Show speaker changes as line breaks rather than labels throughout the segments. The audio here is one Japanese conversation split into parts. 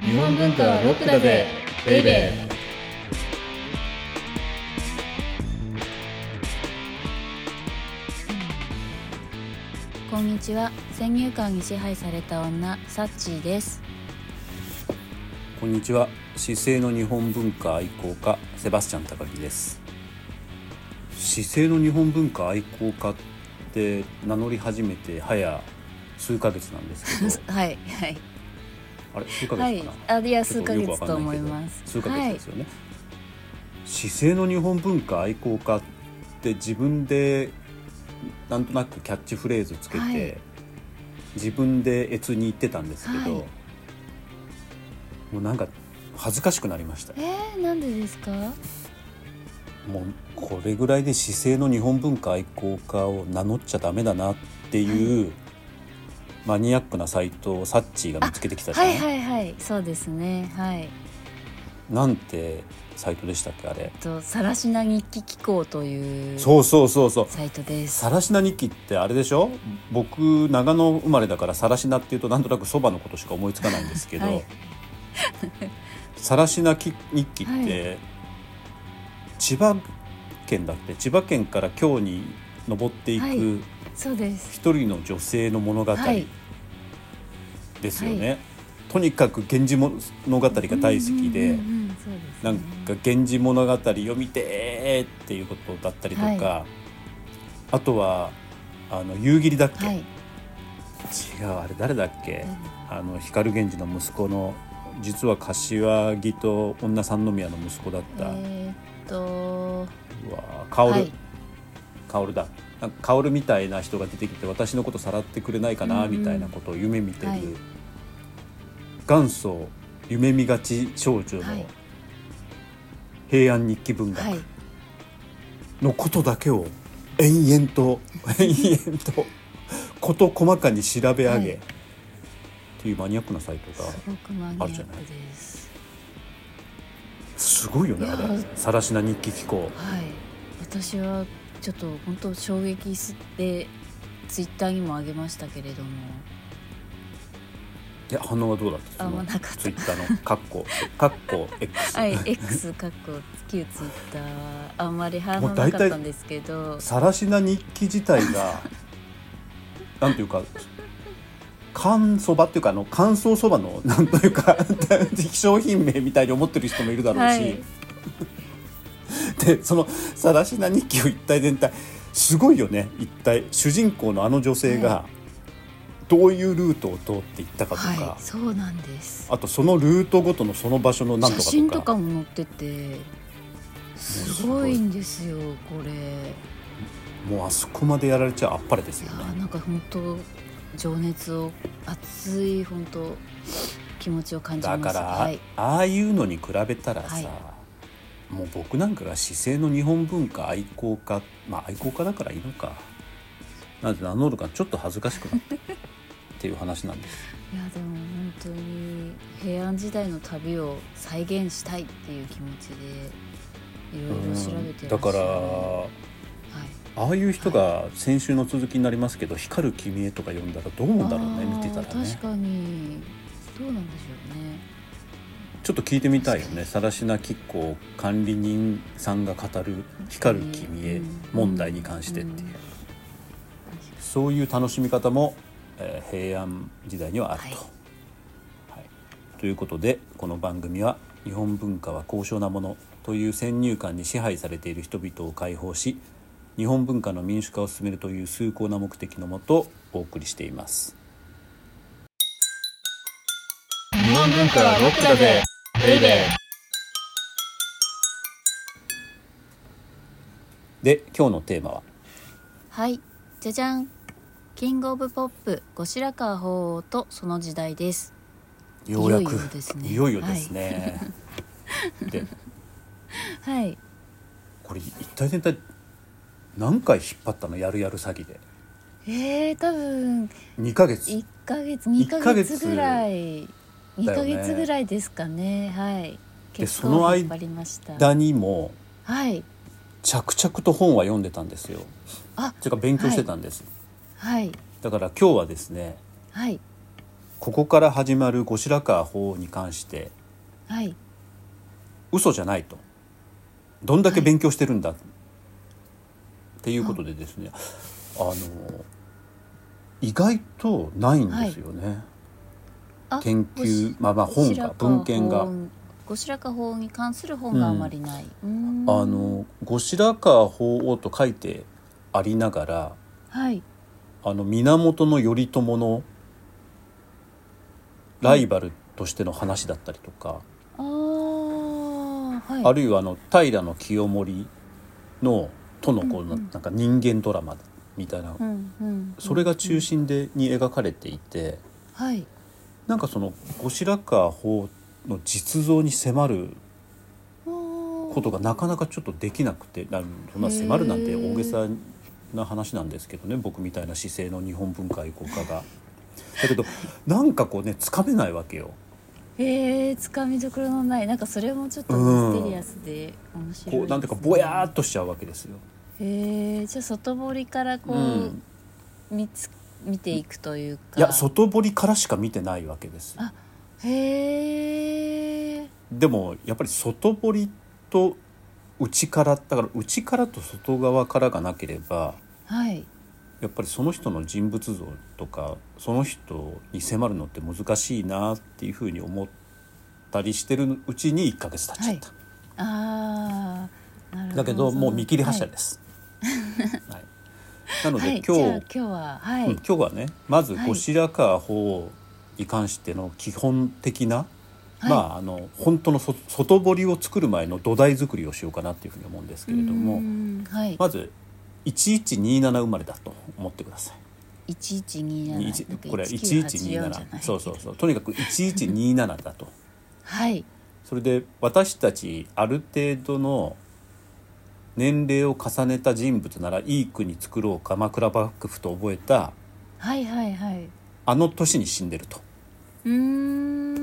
日本文化はロックだぜベイベー
こんにちは先入観に支配された女サッチーです
こんにちは姿勢の日本文化愛好家セバスチャン高木です姿勢の日本文化愛好家って名乗り始めて早数ヶ月なんです けど
はいはい
あれ数ヶ
は
月
い
かな、
あいや
ち
数
ょっ
ヶ
よくわ
月
かん
と
な
思い
けど
ます
数ヶ月ですよね、姿勢の日本文化愛好家って自分でなんとなくキャッチフレーズつけて、
はい
自分で越に言ってたんですけど、
はい
もうなんか恥ずかしくなりました
はい、えー、なんでですか
もうこれぐらいで姿勢の日本文化愛好家を名乗っちゃダメだなっていう、マニアックなサイトをサッチーが見つけてきたじゃん、
はいはいはいそうですねはい
なんてサイトでしたっけあれ
とさらしな日記機構という
そうそうそうそう
サイトです
さらしな日記ってあれでしょ僕長野生まれだからさらしなっていうとなんとなくそばのことしか思いつかないんですけど、
はい
さらしなき日記って、
はい
千葉県だって千葉県から京に登ってい
はい
く
そうです
一人の女性の物語
はい
ですよね。
は
とにかく源氏物語が大好きで、
うんうんうんうんそうですね
なんか「源氏物語読みて!」っていうことだったりとか、
は
あとはあの夕霧だっけ、
は
違
いう
あれ誰だっけ、
誰
あの光源氏の息子の実は柏木と女三宮の息子だった、
えーっと
うわ薫、
はい
薫だなんか薫みたいな人が出てきて私のことさらってくれないかな
うんうん
みたいなことを夢見てる、
はい
元祖夢見がち少女
はい
の平安日記文学
はい
のことだけを延 々と延々と事細かに調べ上げ、
はい
っていうマニアックなサイトが
すごくマニア
あるじゃ
ッ
な
ク
い
です
すごいよね
い
あ
や
れ「さらしな日記機構
はい私はちょっと本当衝撃でツイッターにも上げましたけれども」
で反応はどうだった
あ
そ
んま
の
なかっ
ツイ
た
ッターの「カッコ」「カッコ X」
はい X かっこ旧ツイッターはあんまり反応なかったんですけど
さらしな日記自体 がなんていうか乾そばっていうかあの乾燥そばの なんというか商品名みたいに思ってる人もいるだろうし、
はい
でその「さらしな日記」を一体全体すごいよね一体主人公のあの女性が
は
どういうルートを通っていったかとか、
はいそうなんです
あとそのルートごとのその場所のなんと
写
か
真と
とか
かも載っててすごいんですよこれ
もうあそこまでやられちゃあっぱれです
いや
よね。
なんか本当情熱を熱い本当気持ちを感じま
だ
す
から、
はい
ああいうのに比べたらさ、
はい
もう僕なんかが姿勢の日本文化愛好家まあ愛好家だからいいのかなんて名乗るかちょっと恥ずかしくなったっていう話なんです。
いやでも本当に平安時代の旅を再現したいっていう気持ちでいろいろ 調べてら
だ
っしゃ
か
る
ら
はい
ああいう人が先週の続きになりますけど「光る君へ」とか読んだらどう思うんだろうね見て
あ
たら
ー
ね
確かにどうなんでしょうね
ちょっと聞いてみたいよねさらしな吉行管理人さんが語る「光る君へ」問題に関してっていう。そういう楽しみ方も、えー平安時代にはあると。
はい
はいということでこの番組は「日本文化は高尚なもの」という先入観に支配されている人々を解放し日本文化の民主化を進めるという崇高な目的のもとお送りしています。
日本文化はロックだぜベイベー
で今日のテーマは
はいじゃじゃんキングオブポップ後白河法皇とその時代です
ようや
いよい
く
よですね
いよいよですね。で
はい
これ一体全体何回引っ張ったのやるやる詐欺で
えー、多分
2ヶ月
一ヶ月二ヶ月ぐらい二
だ
ヶ
よね
月ぐらいですかねはい
で
結
その
構
間
引っ張りました
だにも
はい
着々と本は読んでたんですよ。
あ
ていうか勉強してたんです、
はい
だから今日はですね
はい
ここから始まる後白河法皇に関して
はい
嘘じゃないとどんだけ勉強してるんだ、っていうことでですね、あの意外とないんですよね、
あ
研究まあまあ本が文献が。
後白河法に関する本があまりない、うん
あの後白河法皇と書いてありながら
はい
あの源頼朝のライバルとしての話だったりとか、
あーはい
あるいはあの平清盛のとのこうな
うんうん
なんか人間ドラマみたいな、
うんうん、
それが中
心、
心でに描かれていて
はい
なんかその後白河法の実像に迫るこ
こと
がなかなかちょっとできなくてなそんな迫るなんて大げさな話なんですけどね僕みたいな姿勢の日本文化愛好家が。だけどなんかこうねつかめないわけよ。
えー、つかみどころのないなんかそれもちょっとミステリアスで面白いです、ね
こうなんていうかぼやーっとしちゃうわけですよ。
えー、じゃあ外堀からこう、
うん
見つ見ていくというか
いや外堀からしか見てないわけです。
あへえ
でもやっぱり外堀と内からだから内からと外側からがなければ
はい
やっぱりその人の人物像とかその人に迫るのって難しいなっていうふうに思ったりしてるうちに1ヶ月経っちゃった、
ああなるほど
だけどもう見切り発車
す、
です、はいなの
は
で、
いはい、
今
じ
日
ゃあ今日ははい、
うん、今日はねまず
はい
後白河法皇に関しての基本的な、
はい
まああの本当のそ外堀を作る前の土台作りをしようかなっていうふうに思うんですけれど
うー
も
んはい、
まず1127生まれだと思ってください。
一一二七
一
なんか
これ
1984じゃな
1127
い
そうそうそうとにかく1127だと
はい
それで私たちある程度の年齢を重ねた人物ならいい国作ろう鎌倉幕府と覚えた
はいはいはい
あの年に死んでると
うー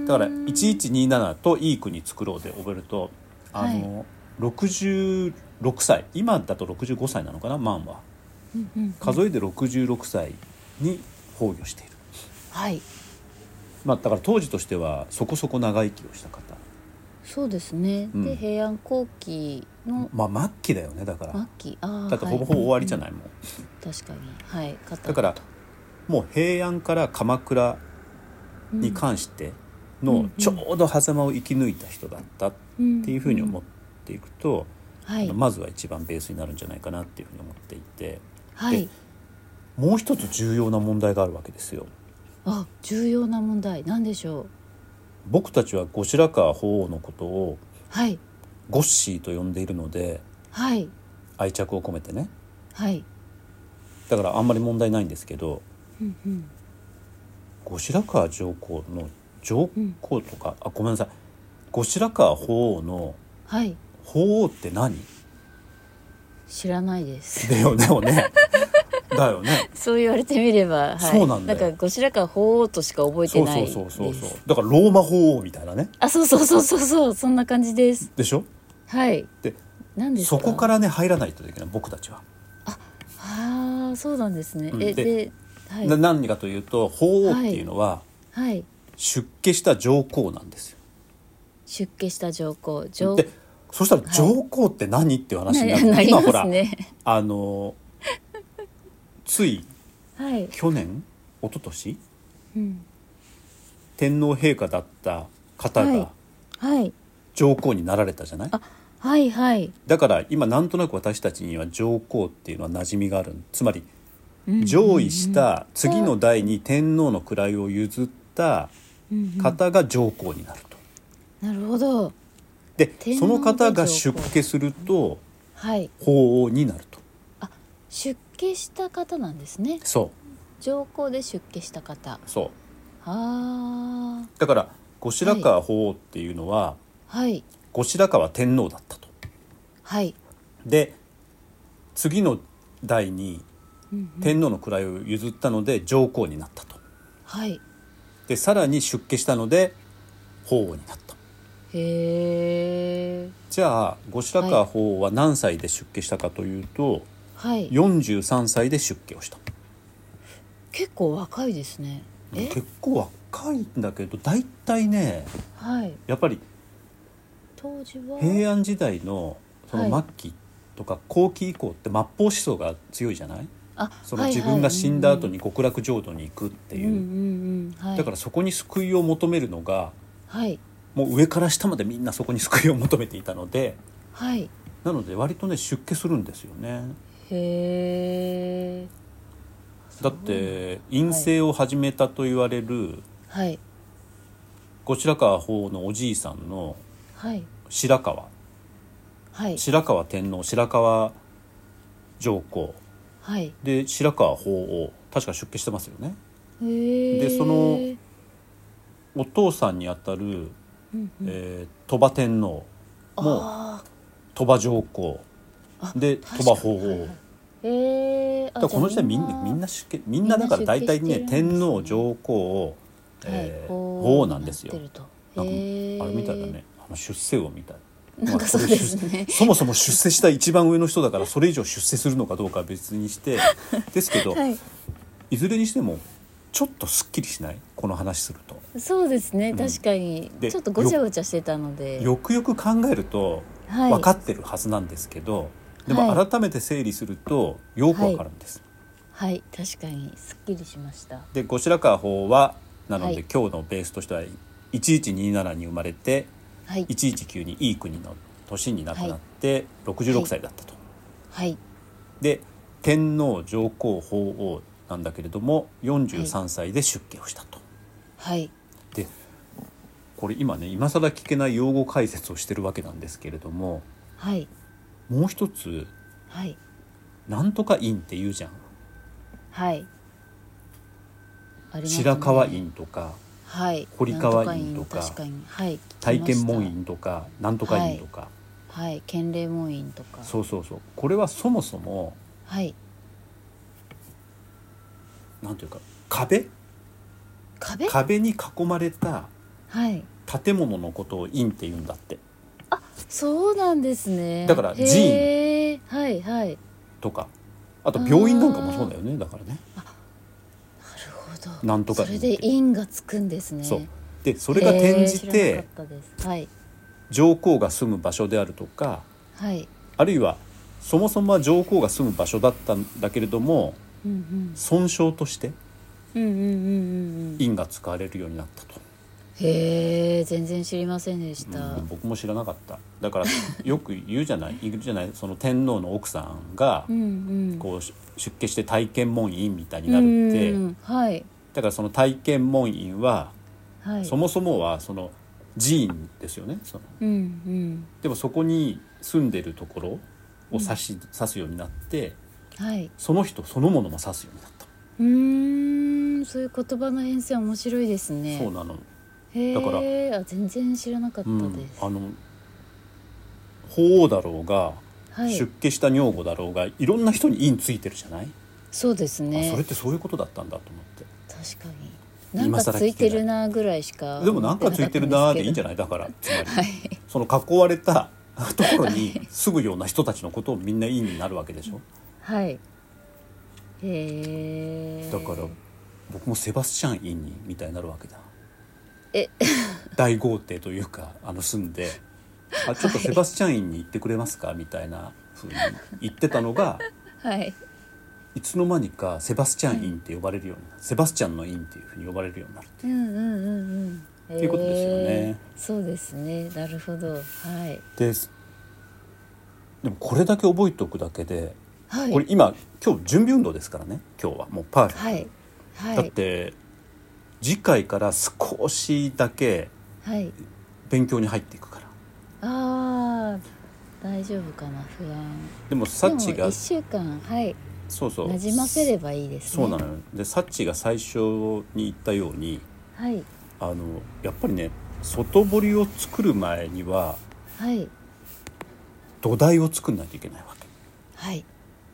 ん
だから1127といい国作ろうで覚えるとあの、66歳今だと65歳なのかな万は
うんうん
数えで66歳に崩御している、
はい
まあ、だから当時としてはそこそこ長生きをした方
そうですね、
うん
で平安後期の
まあ末期だよねだから
末期ああ
だってほぼほぼ終わりじゃ
ない、
ないもん、
うん確かにはい方
だからもう平安から鎌倉に関してのちょうど狭間を生き抜いた人だったっていうふうに思っていくと、
はい
あのまずは一番ベースになるんじゃないかなっていうふうに思っていて
はい
もう一つ重要な問題があるわけですよ。
あ重要な問題なんでしょう
僕たちは後白河法皇のことを
はい
ゴッシーと呼んでいるので
はい
愛着を込めてね
はい
だからあんまり問題ないんですけど
うんうん
後白河上皇の上皇とか、あごめんなさい後白河法皇の
はい
法皇って何
知らないです
だよねだ よねだよね
そう言われてみれば、はい、
そうなんだよ
か後白河法皇としか覚え
そ
て
う
な
そ
いうです
そうそうそうだからローマ法王みたいなね
あそうそうそうそうそうそんな感じです
でしょ
はい
で
何ですか
そこかららね入らないといけない僕たちは、
ああそうなんですね、
うん
え
で
ではい
な何かというと法王っていうのは
はい
出家した上皇なんですよ、
出家した上皇上
でそしたら上皇って何、っていう話になる
ななり
今
ま
ほら
すね
あのつい
はい、
去年一昨年
うん、
天皇陛下だった方
はい
が
はい
上皇になられたじゃない、
あはいはい
だから今なんとなく私たちには上皇っていうのは馴染みがあるつまり上位した次の代に天皇の位を譲った方が上皇になると。
なるほど
で
天
そ
皇が
の方が出家すると
はい
法皇になると。
出家した方なんですね
そ
上皇で出家した方
うそう
あー
だから後白河法皇っていうのは、
はい
後白河天皇だったと。
はい
で次の代に
うん
天皇の位を譲ったので上皇になったと。
はい
でさらに出家したので法皇になった。
へえ
じゃあ後白河法皇は何歳で出家したかというと、
はい
43歳で出家をした
結構若いですねえ
結構若いんだけど大体ね
はい
やっぱり
当時は
平安時代のその末期とか後期以降って末法思想が強いじゃない
あ
その自分が死んだ後に極楽浄土に行くって
はい
い
は
う、
いうんうんうんはい、
だからそこに救いを求めるのが
はい
もう上から下までみんなそこに救いを求めていたので
はい
なので割とね出家するんですよね
へえ
だって陰性を始めたと言われる
はい
白川法のおじいさんの
はい
白川
はい
白川天皇白川上皇
はい
で白川法皇確か出家してますよね
へえ
でそのお父さんにあたる、
うんうん
えー鳥羽天皇も
あ
鳥羽上皇
あ
で
確か
鳥
に
羽法
はいは
皇
いーへえ
だからこの時代みんなみんな出家みんなだから大体ね
みんな出家してるんですね
天皇上皇、えー法皇なんですよ
なってると
なんか
へー
あれみたいだねあの出世王みたい
なんかそうですね
そもそも出世した一番上の人だからそれ以上出世するのかどうかは別にしてですけど、
はい
いずれにしてもちょっとすっきりしないこの話すると。
そうですね
ん
確かに、
で
ちょっとごちゃごちゃしてたので
よくよく考えると
はい
分かってるはずなんですけど、で
は
も
い
改めて整理するとよく分かるんです。
はい確かにすっきりしました
で後白河法はなので、
はい
今日のベースとしては1127に生まれて
はい
119にいい国の年に亡くなって66歳だったと。
はい
で天皇上皇法皇なんだけれども43歳で出家をしたと。
はい
でこれ今ね今更聞けない用語解説をしてるわけなんですけれども
はい
もう一つ
はい
「なんとか院」って言うじゃん。
はいありますね
白河院とか
はい
堀川院
なんと
とか
か院確かにはい
体験門
聞きまし
院とかなんとか院とか、
たはい建礼門院とか
そうそうそうこれはそもそも
はい
なんていうか壁
壁
壁に囲まれた
はい
建物のことを院って言うんだって
そうなんですね
だから寺院
へーはいはい
とかあと病院なんかもそうだよねだからね。
なるほど。
なんとか院
それで院がつくんですね。
そうでそれが転じ
へー
て
知らなかったですはい
上皇が住む場所であるとか
はい。
あるいはそもそもは上皇が住む場所だったんだけれども
うん
損傷として
うんうんうんうんうんうん。
院が使われるようになったと。
へえ全然知りませんでした。
うん僕も知らなかっただからよく言うじゃない言うじゃないその天皇の奥さんが
うんうん。
こうし出家して体験門院みたいに
う
なる
ん
っ
う
て
んはい
だからその体験門院は
はい。
そもそもはその寺院ですよねその
うんうん
でもそこに住んでるところを指し指すようになって
はい。
その人そのものも指すようになった、
うーんそういう言葉の変遷面白いですね。
そうなの、
へ
だから
えあ全然知らなかった
う
です。
ん、あの法皇だろうが、
はい
出家した女房だろうがいろんな人に院ついてるじゃない
そうですね。
あそれってそういうことだったんだと思って
確かに
今
なんか
更
ついてるなぐらいしか
でもなんかついてるなーでいいんじゃ
ない
ないだからつまり、
はい
その囲われた ところに住むような人たちのことをみんな院になるわけでしょ
はいへえ
だから僕もセバスチャン院にみたいになるわけだ
え
大豪邸というかあの住んで「あちょっとセバスチャン院に行ってくれますか?」みたいなふうに言ってたのが
はい
いつの間にかセバスチャン院って呼ばれるようになるセバスチャンの院っていうふうに呼ばれるようになる
うんうんうんうんって
いうことですよね
そうですねなるほどはい
ですでもこれだけ覚えておくだけで
はい
これ今今日準備運動ですからね今日はもうパーフェクト、
はいは
だっ
い
て次回から少しだけ
はい
勉強に入っていくから
あー大丈夫かな不安
でもサッチ
でも
が
一週間はい
そうそう
馴染ませればいいです
そ
ね
うなのよでサッチが最初に言ったように
はい
あのやっぱりね外堀を作る前には
はい
土台を作んないといけないわ
はい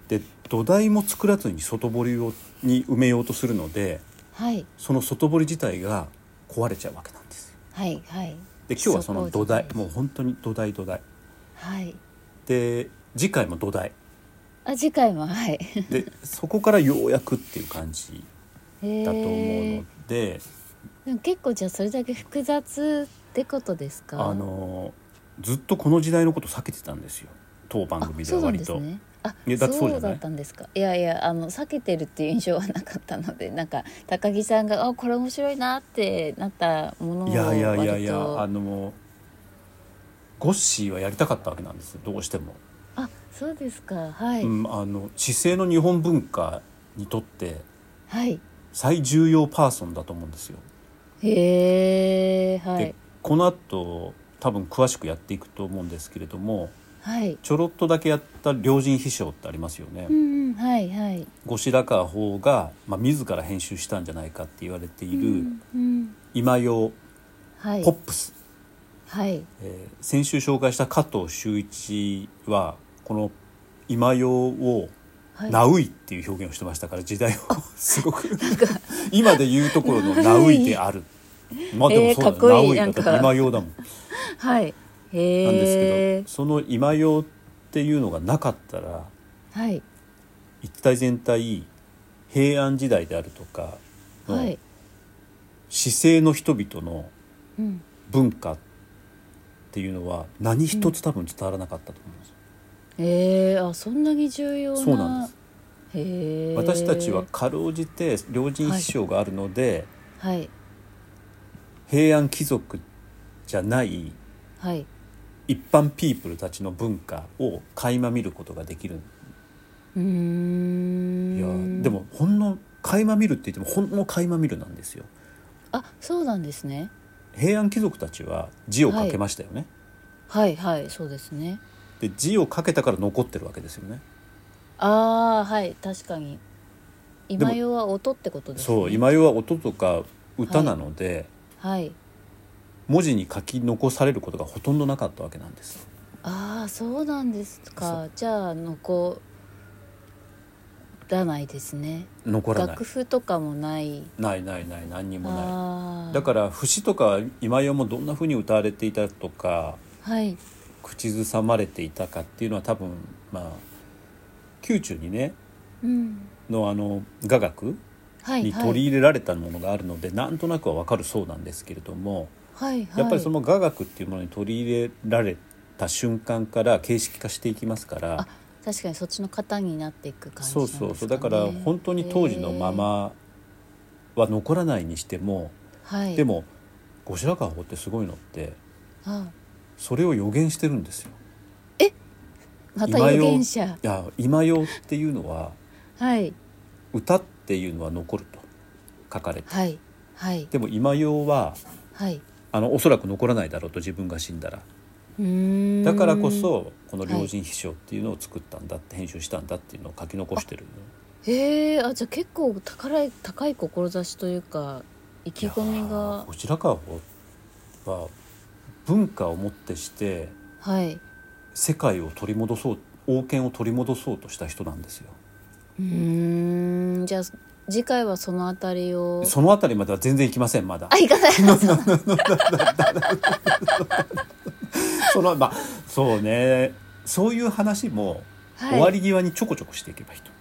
けで土台も作らずに外堀をに埋めようとするので
はい
その外堀自体が壊れちゃうわけなんですよ
はいはい
で今日はその土台もう
う
本当に土台土台
はい
で次回も土台
あ次回もはい
でそこからようやくっていう感じ
へえ
だと思うの で、
でも結構じゃあそれだけ複雑ってことですか
あのずっとこの時代のこと避けてたんですよ当番組では割
あそ
と
うなんですねあ
いやだってそうじ
そ
ゃないう
だったんですかいやいやあの避けてるっていう印象はなかったのでなんか高木さんが「あこれ面白いな」ってなったものを
い
割と
やいやいやいやあのゴッシーはやりたかったわけなんですどうしても、
あそうですかはい、
うん、あの姿勢の日本文化にとって
はい
最重要パーソンだと思うんですよ、
へえは
で
い
この後多分詳しくやっていくと思うんですけれども
はい
ちょろっとだけやった良人秘書ってありますよね、
うんうんはいはい
後白河法が、まあ、自ら編集したんじゃないかって言われている、
うんうん
今用
はい
ポップス、
はい
えー先週紹介した加藤修一はこの今用を
はい
ナウイっていう表現をしてましたから時代を すごく今で言うところのナウイであるまあでもそう だ、
えーかっこいい
ナウイだ
なん
と
か
今用だもんなんで
はいへ
すけ
え
どその今用っていうのがなかったら
はい
一体全体平安時代であるとか
は
の
い
市政の人々の
うん
文化っていうのは何一つ多分伝わらなかったと思うんですよ、
へえあそんなに重要な
そうなんです
へえ
私たちはかろうじて両人師匠があるので、
はい
平安貴族じゃない
はい
一般ピープルたちの文化を垣間見ることができる
うーん
いやでもほんの垣間見るって言ってもほんの垣間見るなんですよ
あそうなんですね
平安貴族たちは字を書けましたよね、
はいはいそうですね
で字を書けたから残ってるわけですよね
ああはい確かに
も
今用は音ってことですね
そう今世は音とか歌なので、
はい
文字に書き残されることがほとんどなかったわけなんです
ああそうなんです
そ
かじゃあ残らないですね
残らない
楽譜とかもない
ないないない何にもな
あ
い
あ
だから節とか今世もどんな風に歌われていたとから
はい
口ずさまれていたかっていうのは多分まあ宮中にね
うん
のあの雅楽
はい
に
はい
取り入れられたものがあるので、なんとなくは分かるそうなんですけれども、
はいはい
やっぱりその雅楽っていうものに取り入れられた瞬間から形式化していきますから
あ確かにそっちの型になっていく感じな
そ
ん
う
ですか、ね、
そうそうだから本当に当時のままは残らないにしても、
へー、はい、
でも後白河法ってすごいのって
あ
それを予言してるんですよ。
また
今
予
よ
言者
いや今よっていうのは
はい
歌っていうのは残ると書かれて
はいはい
でも今よは
はい
あのおそらく残らないだろうと自分が死んだら
うーん
だからこそこの「両人秘書」っていうのを作ったんだって編集したんだっていうのを書き残してる
へえあじゃあ結構高い高い志というか意気込み
いや
が
ーこちらかは文化をもってして
はい
世界を取り戻そう王権を取り戻そうとした人なんですよ
うーんじゃあ次回はそのあたりを
その辺りまでは全然行きませんまだ
あ行かない
そのまあそうねそういう話も
はい
終わり際にちょこちょこしていけばいいと、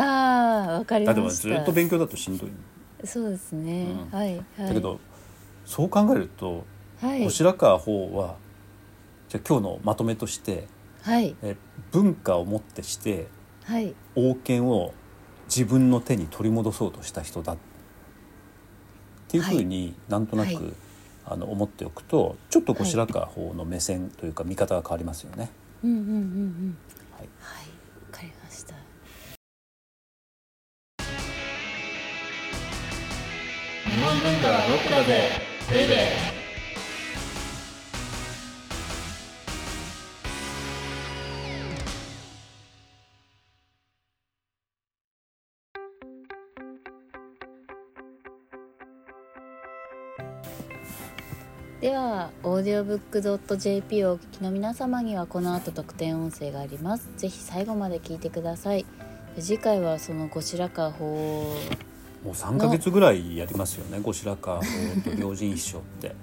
ああわかり
だ
ま
って
した
ずっと勉強だとしんどいの
そうですね、
うん
はいはい
だけどそう考えると
はい
後白河法はじゃあ今日のまとめとして
はい
え文化をもってして
はい
王権を自分の手に取り戻そうとした人だっていうふうになんとなく、
はい
あの思っておくとちょっと後白河法の目線というか見方が変わりますよね。
うんうんうんうん
はい
はいわかりました
日本文化はロックだぜベイベー
ではオーディオブックドット JP をお聞きの皆様にはこの後特典音声がありますぜひ最後まで聞いてください次回はその後白河法
もう3ヶ月ぐらいやりますよね後白河法と両人秘書って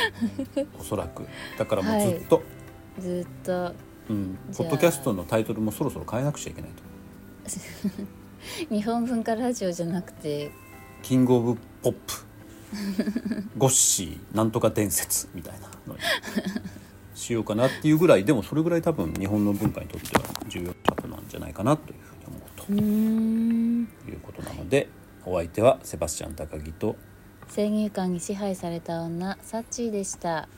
おそらくだからもうずっと、
ずっと
うん、
じ
ポ
ゃあ
ッドキャストのタイトルもそろそろ変えなくちゃいけないと
日本文化ラジオじゃなくて
キング・オブ・ポッ プゴッシーなんとか伝説みたいなのにしようかなっていうぐらいでもそれぐらい多分日本の文化にとっては重要なことなんじゃないかなというふうに思うと。
うーん
いうことなのでお相手はセバスチャン高木と
先入観に支配された女サッチーでした